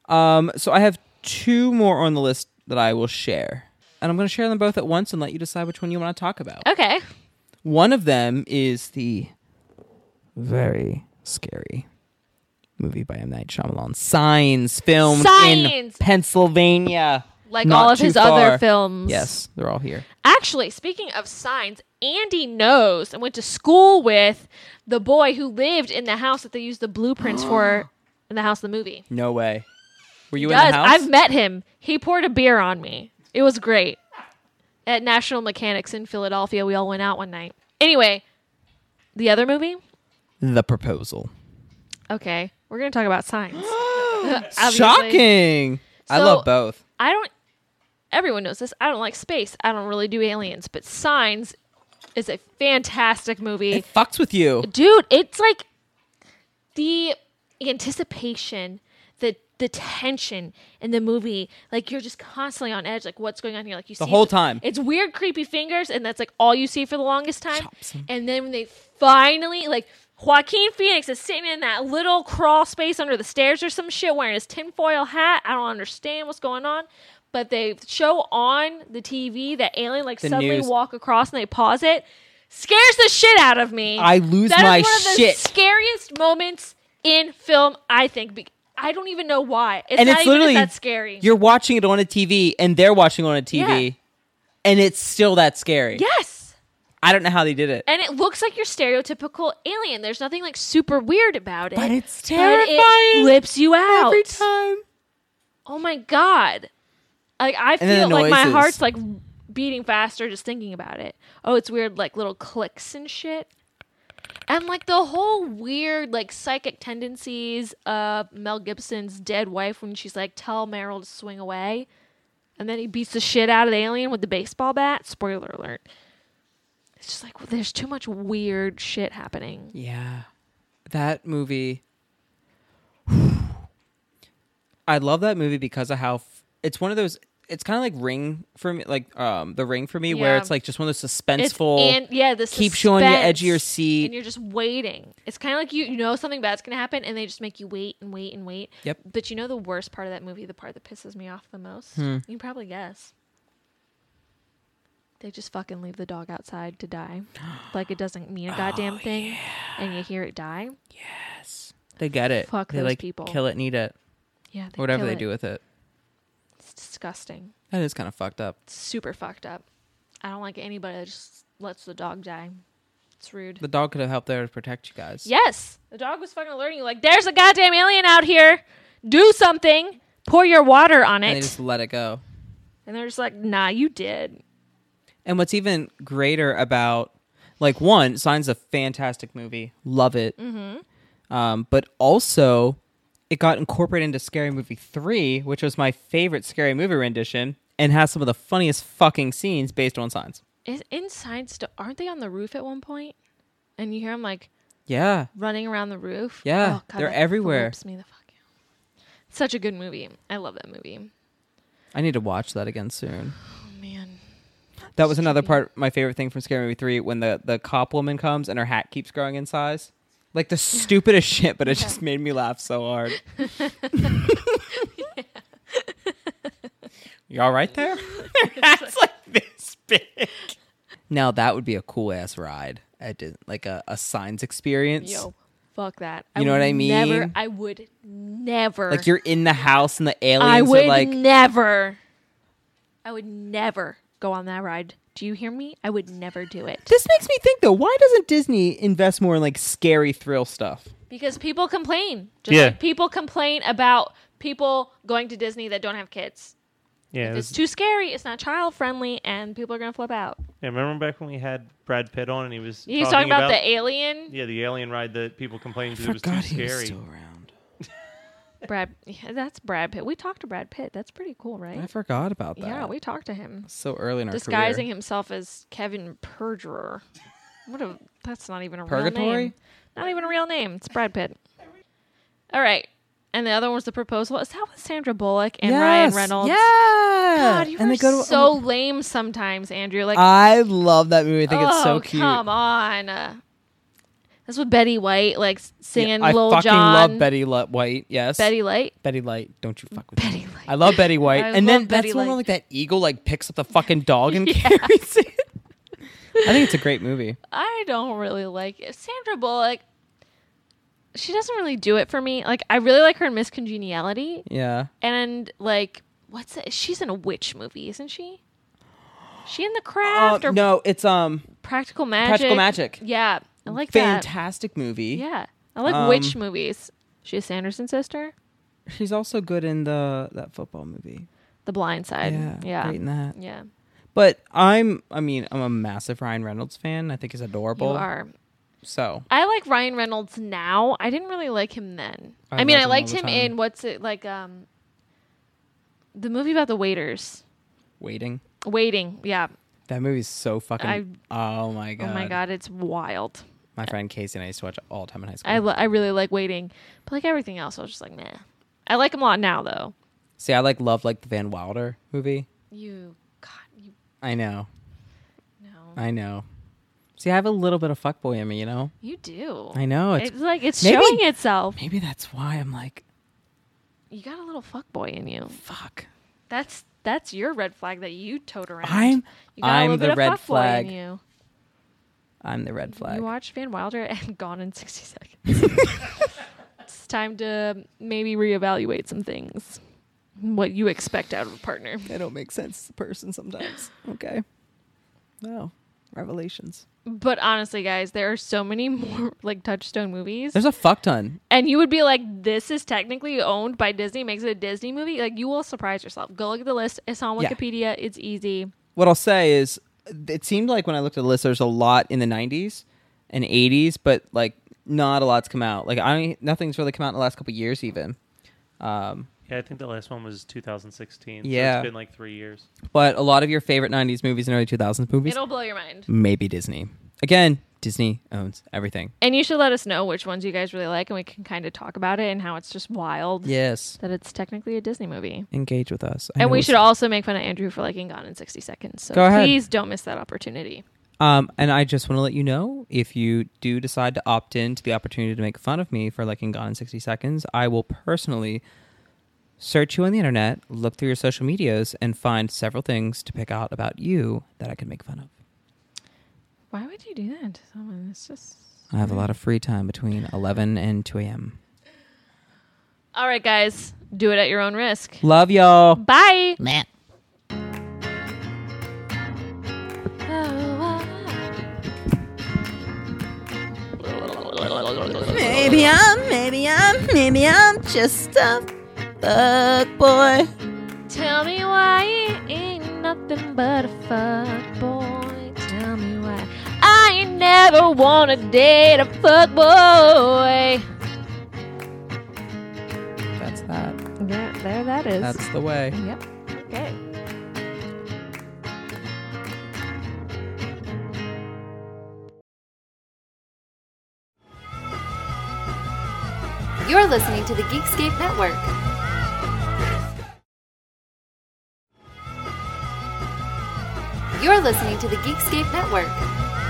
[SPEAKER 2] Um, so I have two more on the list that I will share. And I'm going to share them both at once and let you decide which one you want to talk about.
[SPEAKER 3] okay.
[SPEAKER 2] One of them is the very scary movie by M. Night Shyamalan, Signs, filmed in
[SPEAKER 3] Signs!
[SPEAKER 2] Pennsylvania.
[SPEAKER 3] like
[SPEAKER 2] Not
[SPEAKER 3] all of
[SPEAKER 2] too
[SPEAKER 3] his
[SPEAKER 2] far.
[SPEAKER 3] other films.
[SPEAKER 2] Yes, they're all here.
[SPEAKER 3] Actually, speaking of signs, Andy knows and went to school with the boy who lived in the house that they used the
[SPEAKER 2] (gasps)
[SPEAKER 3] blueprints for in the house of the movie.
[SPEAKER 2] No way. Were you in
[SPEAKER 3] Does
[SPEAKER 2] the house?
[SPEAKER 3] I've met him. He poured a beer on me. It was great. At National Mechanics in Philadelphia, we all went out one night. Anyway, the other movie?
[SPEAKER 2] the proposal.
[SPEAKER 3] Okay. We're going to talk about signs. (gasps) Obviously.
[SPEAKER 2] Shocking. I
[SPEAKER 3] So-
[SPEAKER 2] love both.
[SPEAKER 3] I don't. Everyone knows this. I don't like space. I don't really do aliens, but Signs is a fantastic movie,
[SPEAKER 2] It fucks with you.
[SPEAKER 3] dude. It's like the anticipation, the the tension in the movie. Like you're just constantly on edge. Like what's going on here? Like you
[SPEAKER 2] The
[SPEAKER 3] see
[SPEAKER 2] whole time.
[SPEAKER 3] It's weird, creepy fingers, and that's like all you see for the longest time. And then when they finally like. Joaquin Phoenix is sitting in that little crawl space under the stairs or some shit wearing his tinfoil hat. I don't understand what's going on. But they show on the TV that alien like
[SPEAKER 2] The
[SPEAKER 3] suddenly
[SPEAKER 2] news.
[SPEAKER 3] walk across and they pause it. Scares the shit out of me.
[SPEAKER 2] I lose
[SPEAKER 3] That is
[SPEAKER 2] my
[SPEAKER 3] one of the
[SPEAKER 2] shit.
[SPEAKER 3] Scariest moments in film, I think. Be- I don't even know why. It's
[SPEAKER 2] and
[SPEAKER 3] not
[SPEAKER 2] it's
[SPEAKER 3] even
[SPEAKER 2] literally
[SPEAKER 3] that scary.
[SPEAKER 2] You're watching it on a TV and they're watching it on a TV and it's still that scary.
[SPEAKER 3] yes,
[SPEAKER 2] I don't know how they did it.
[SPEAKER 3] and it looks like your stereotypical alien. There's nothing like super weird about it,
[SPEAKER 2] But it's
[SPEAKER 3] it
[SPEAKER 2] terrifying
[SPEAKER 3] flips you out
[SPEAKER 2] Every time.
[SPEAKER 3] Oh my god! Like I
[SPEAKER 2] And then
[SPEAKER 3] feel
[SPEAKER 2] the
[SPEAKER 3] like my
[SPEAKER 2] noises.
[SPEAKER 3] heart's like beating faster just thinking about it. Oh, it's weird, like little clicks and shit, and like the whole weird like psychic tendencies of Mel Gibson's dead wife when she's like, "Tell Meryl to swing away," and then he beats the shit out of the alien with the baseball bat. Spoiler alert. It's just like well, there's too much weird shit happening.
[SPEAKER 2] Yeah. That movie. I love that movie because of how f- it's one of those. It's kind of like Ring for me, like um, the Ring for me, where
[SPEAKER 3] Yeah.
[SPEAKER 2] it's like just one of those
[SPEAKER 3] It's
[SPEAKER 2] suspenseful.
[SPEAKER 3] and yeah, this
[SPEAKER 2] keep showing you edge of your seat.
[SPEAKER 3] and you're just waiting. It's kind of like you you know something bad's gonna happen, and they just make you wait and wait and wait.
[SPEAKER 2] Yep.
[SPEAKER 3] But you know the worst part of that movie, the part that pisses me off the most.
[SPEAKER 2] Hmm.
[SPEAKER 3] You can probably guess. They just fucking leave the dog outside
[SPEAKER 2] (gasps)
[SPEAKER 3] to die, like it doesn't mean
[SPEAKER 2] Oh,
[SPEAKER 3] a goddamn thing, and you hear it die.
[SPEAKER 2] they get it.
[SPEAKER 3] Fuck
[SPEAKER 2] they
[SPEAKER 3] those
[SPEAKER 2] like
[SPEAKER 3] people.
[SPEAKER 2] kill it and eat it,
[SPEAKER 3] Yeah, they
[SPEAKER 2] or whatever
[SPEAKER 3] kill
[SPEAKER 2] they
[SPEAKER 3] it.
[SPEAKER 2] do with it.
[SPEAKER 3] It's disgusting.
[SPEAKER 2] That is kind of fucked up.
[SPEAKER 3] It's super fucked up. I don't like anybody that just lets the dog die. It's rude.
[SPEAKER 2] The dog could have helped there to protect you guys.
[SPEAKER 3] Yes. The dog was fucking alerting you, like, there's a goddamn alien out here. Do something. Pour your water on
[SPEAKER 2] and
[SPEAKER 3] it.
[SPEAKER 2] they just let it go.
[SPEAKER 3] and they're just like, nah, you did.
[SPEAKER 2] And what's even greater about, like, one, Sign's a fantastic movie. Love it. Mm-hmm. Um, but also, it got incorporated into Scary Movie 3, which was my favorite Scary Movie rendition and has some of the funniest fucking scenes based on Signs.
[SPEAKER 3] Is inside still aren't they on the roof at one point? And you hear them like
[SPEAKER 2] Yeah.
[SPEAKER 3] running around the roof. Oh,
[SPEAKER 2] Yeah, they're
[SPEAKER 3] that
[SPEAKER 2] everywhere.
[SPEAKER 3] flips me the fuck out. Such a good movie. I love that movie.
[SPEAKER 2] I need to watch that again soon.
[SPEAKER 3] Oh man.
[SPEAKER 2] That was another part, my favorite thing from Scary Movie 3 when the, the cop woman comes and her hat keeps growing in size. Like the stupidest shit, but it just made me laugh so hard.
[SPEAKER 3] (laughs)
[SPEAKER 2] you all right
[SPEAKER 3] (laughs)
[SPEAKER 2] there? (laughs) That's like this big. Now that would be a cool ass ride. I did like a, a signs experience.
[SPEAKER 3] Yo, fuck that.
[SPEAKER 2] You know what
[SPEAKER 3] would
[SPEAKER 2] I
[SPEAKER 3] Never
[SPEAKER 2] mean?
[SPEAKER 3] I would never
[SPEAKER 2] Like you're in the house and the aliens
[SPEAKER 3] I would
[SPEAKER 2] are like
[SPEAKER 3] never. I would never go on that ride. Do you hear me? I would never do it
[SPEAKER 2] This makes me think though, why doesn't Disney invest more in like scary thrill stuff?
[SPEAKER 3] because people complain. Just
[SPEAKER 4] Yeah.
[SPEAKER 3] like people complain about people going to Disney that don't have kids.
[SPEAKER 4] Yeah,
[SPEAKER 3] If
[SPEAKER 4] this-
[SPEAKER 3] it's too scary. It's not child friendly, and people are gonna flip out.
[SPEAKER 4] yeah, remember back when we had Brad Pitt on and he was
[SPEAKER 3] He's talking about, the alien.
[SPEAKER 4] yeah the alien ride that people complained that it was too
[SPEAKER 2] Forgot he
[SPEAKER 4] scary.
[SPEAKER 2] was still around.
[SPEAKER 3] Brad, yeah, that's Brad Pitt. We talked to Brad Pitt. That's pretty cool,
[SPEAKER 2] I
[SPEAKER 3] right?
[SPEAKER 2] forgot about that.
[SPEAKER 3] Yeah, we talked to him,
[SPEAKER 2] so early in our
[SPEAKER 3] disguising
[SPEAKER 2] career.
[SPEAKER 3] himself as Kevin Perjurer. What a that's not even a real
[SPEAKER 2] Purgatory?
[SPEAKER 3] name. Not even a real name. It's Brad Pitt. All right. And the other one was the proposal. Is that with Sandra Bullock and Ryan
[SPEAKER 2] Yes,
[SPEAKER 3] Reynolds?
[SPEAKER 2] Yeah.
[SPEAKER 3] God, you
[SPEAKER 2] and
[SPEAKER 3] are
[SPEAKER 2] they go to,
[SPEAKER 3] so lame sometimes, Andrew. Like,
[SPEAKER 2] I love that movie. I think
[SPEAKER 3] oh,
[SPEAKER 2] it's so cute.
[SPEAKER 3] come on. Uh, that's with Betty White, like s- singing
[SPEAKER 2] I
[SPEAKER 3] Lil
[SPEAKER 2] fucking
[SPEAKER 3] John.
[SPEAKER 2] love Betty Lu- White. Yes.
[SPEAKER 3] Betty Light.
[SPEAKER 2] Betty Light. Don't you fuck with
[SPEAKER 3] Betty
[SPEAKER 2] me.
[SPEAKER 3] Light.
[SPEAKER 2] I love Betty White.
[SPEAKER 3] (laughs) I
[SPEAKER 2] and then
[SPEAKER 3] love Betty
[SPEAKER 2] that's the one where,
[SPEAKER 3] Light.
[SPEAKER 2] like that eagle like picks up the
[SPEAKER 3] (laughs)
[SPEAKER 2] fucking dog and carries it. I think it's a great movie.
[SPEAKER 3] I don't really like it. Sandra Bullock. She doesn't really do it for me. Like, I really like her in Miss Congeniality.
[SPEAKER 2] Yeah.
[SPEAKER 3] and like what's that? She's in a witch movie, isn't she? She in the
[SPEAKER 2] Uh,
[SPEAKER 3] craft or
[SPEAKER 2] no, it's um
[SPEAKER 3] practical magic?
[SPEAKER 2] Practical Magic.
[SPEAKER 3] Yeah, I like that.
[SPEAKER 2] fantastic movie.
[SPEAKER 3] Yeah, I like
[SPEAKER 2] Um,
[SPEAKER 3] witch movies. She a Sanderson sister.
[SPEAKER 2] She's also good in the that football movie.
[SPEAKER 3] The Blind Side.
[SPEAKER 2] Yeah,
[SPEAKER 3] Yeah, yeah.
[SPEAKER 2] great in that.
[SPEAKER 3] yeah.
[SPEAKER 2] But I'm I mean, I'm a massive Ryan Reynolds fan. I think he's adorable.
[SPEAKER 3] You are.
[SPEAKER 2] So
[SPEAKER 3] I like Ryan Reynolds now. I didn't really like him then.
[SPEAKER 2] I
[SPEAKER 3] I, mean,
[SPEAKER 2] love
[SPEAKER 3] I
[SPEAKER 2] him
[SPEAKER 3] liked
[SPEAKER 2] all the
[SPEAKER 3] him
[SPEAKER 2] time.
[SPEAKER 3] in what's it like? Um, the movie about the waiters
[SPEAKER 2] waiting.
[SPEAKER 3] waiting. Yeah.
[SPEAKER 2] That movie's so fucking Oh my god.
[SPEAKER 3] Oh my god, it's wild.
[SPEAKER 2] My friend Casey and I used to watch it all the time in high school.
[SPEAKER 3] I lo- I really like waiting, but like everything else, I was just like, meh. I like him a lot now, though.
[SPEAKER 2] See, I like love like the Van Wilder movie.
[SPEAKER 3] You, God, you
[SPEAKER 2] I know.
[SPEAKER 3] know,
[SPEAKER 2] I know. See, I have a little bit of fuckboy in me, you know?
[SPEAKER 3] you do.
[SPEAKER 2] I know. It's
[SPEAKER 3] It's, like it's
[SPEAKER 2] Maybe-
[SPEAKER 3] showing itself.
[SPEAKER 2] maybe that's why I'm like,
[SPEAKER 3] You got a little fuckboy in you.
[SPEAKER 2] fuck.
[SPEAKER 3] That's that's your red flag that you tote around.
[SPEAKER 2] I'm-
[SPEAKER 3] you got a little
[SPEAKER 2] I'm the
[SPEAKER 3] bit of
[SPEAKER 2] red
[SPEAKER 3] fuckboy
[SPEAKER 2] flag.
[SPEAKER 3] in you.
[SPEAKER 2] I'm the red flag.
[SPEAKER 3] You watched Van Wilder (laughs) and Gone in 60 Seconds.
[SPEAKER 2] (laughs)
[SPEAKER 3] it's time to maybe reevaluate some things. What you expect out of a partner.
[SPEAKER 2] They don't make sense to the person sometimes.
[SPEAKER 3] (laughs)
[SPEAKER 2] Okay. Wow. Revelations.
[SPEAKER 3] But honestly, guys, there are so many (laughs) more like touchstone movies.
[SPEAKER 2] There's a fuck ton.
[SPEAKER 3] and you would be like, this is technically owned by Disney, makes it a Disney movie. Like, you will surprise yourself. Go look at the list. It's on
[SPEAKER 2] Yeah.
[SPEAKER 3] Wikipedia. It's easy.
[SPEAKER 2] What I'll say is, it seemed like when I looked at the list, there's a lot in the 90s and 80s, but like not a lot's come out. Like I nothing's really come out in the last couple years, even. Um,
[SPEAKER 4] Yeah, I think the last one was 2016. so
[SPEAKER 2] Yeah.
[SPEAKER 4] it's been like three years.
[SPEAKER 2] but a lot of your favorite 90s movies and early 2000s movies,
[SPEAKER 3] It'll blow your mind.
[SPEAKER 2] maybe Disney. Again, Disney owns everything.
[SPEAKER 3] And you should let us know which ones you guys really like, and we can kind of talk about it and how it's just wild
[SPEAKER 2] Yes.
[SPEAKER 3] that it's technically a Disney movie.
[SPEAKER 2] Engage with us. I
[SPEAKER 3] And
[SPEAKER 2] know
[SPEAKER 3] we
[SPEAKER 2] it's-
[SPEAKER 3] should also make fun of Andrew for liking Gone in 60 Seconds. So
[SPEAKER 2] Go ahead.
[SPEAKER 3] please don't miss that opportunity.
[SPEAKER 2] Um, and I just want to let you know if you do decide to opt in to the opportunity to make fun of me for liking Gone in 60 Seconds, I will personally search you on the internet, look through your social medias, and find several things to pick out about you that I can make fun of.
[SPEAKER 3] Why would you do that to someone? It's just.
[SPEAKER 2] I have a lot of free time between 11 and 2 a.m.
[SPEAKER 3] All right, guys, do it at your own risk.
[SPEAKER 2] Love y'all.
[SPEAKER 3] Bye.
[SPEAKER 2] Matt.
[SPEAKER 3] Oh,
[SPEAKER 5] Maybe I'm, maybe I'm, maybe I'm just a fuck boy.
[SPEAKER 3] Tell me why it ain't nothing but a fuck boy. Tell me why I ain't never wanna date a fuck boy.
[SPEAKER 2] That's that.
[SPEAKER 3] There, there that is.
[SPEAKER 2] That's the way.
[SPEAKER 3] yep. Okay.
[SPEAKER 6] You're listening to the Geekscape Network. You're listening to the Geekscape Network.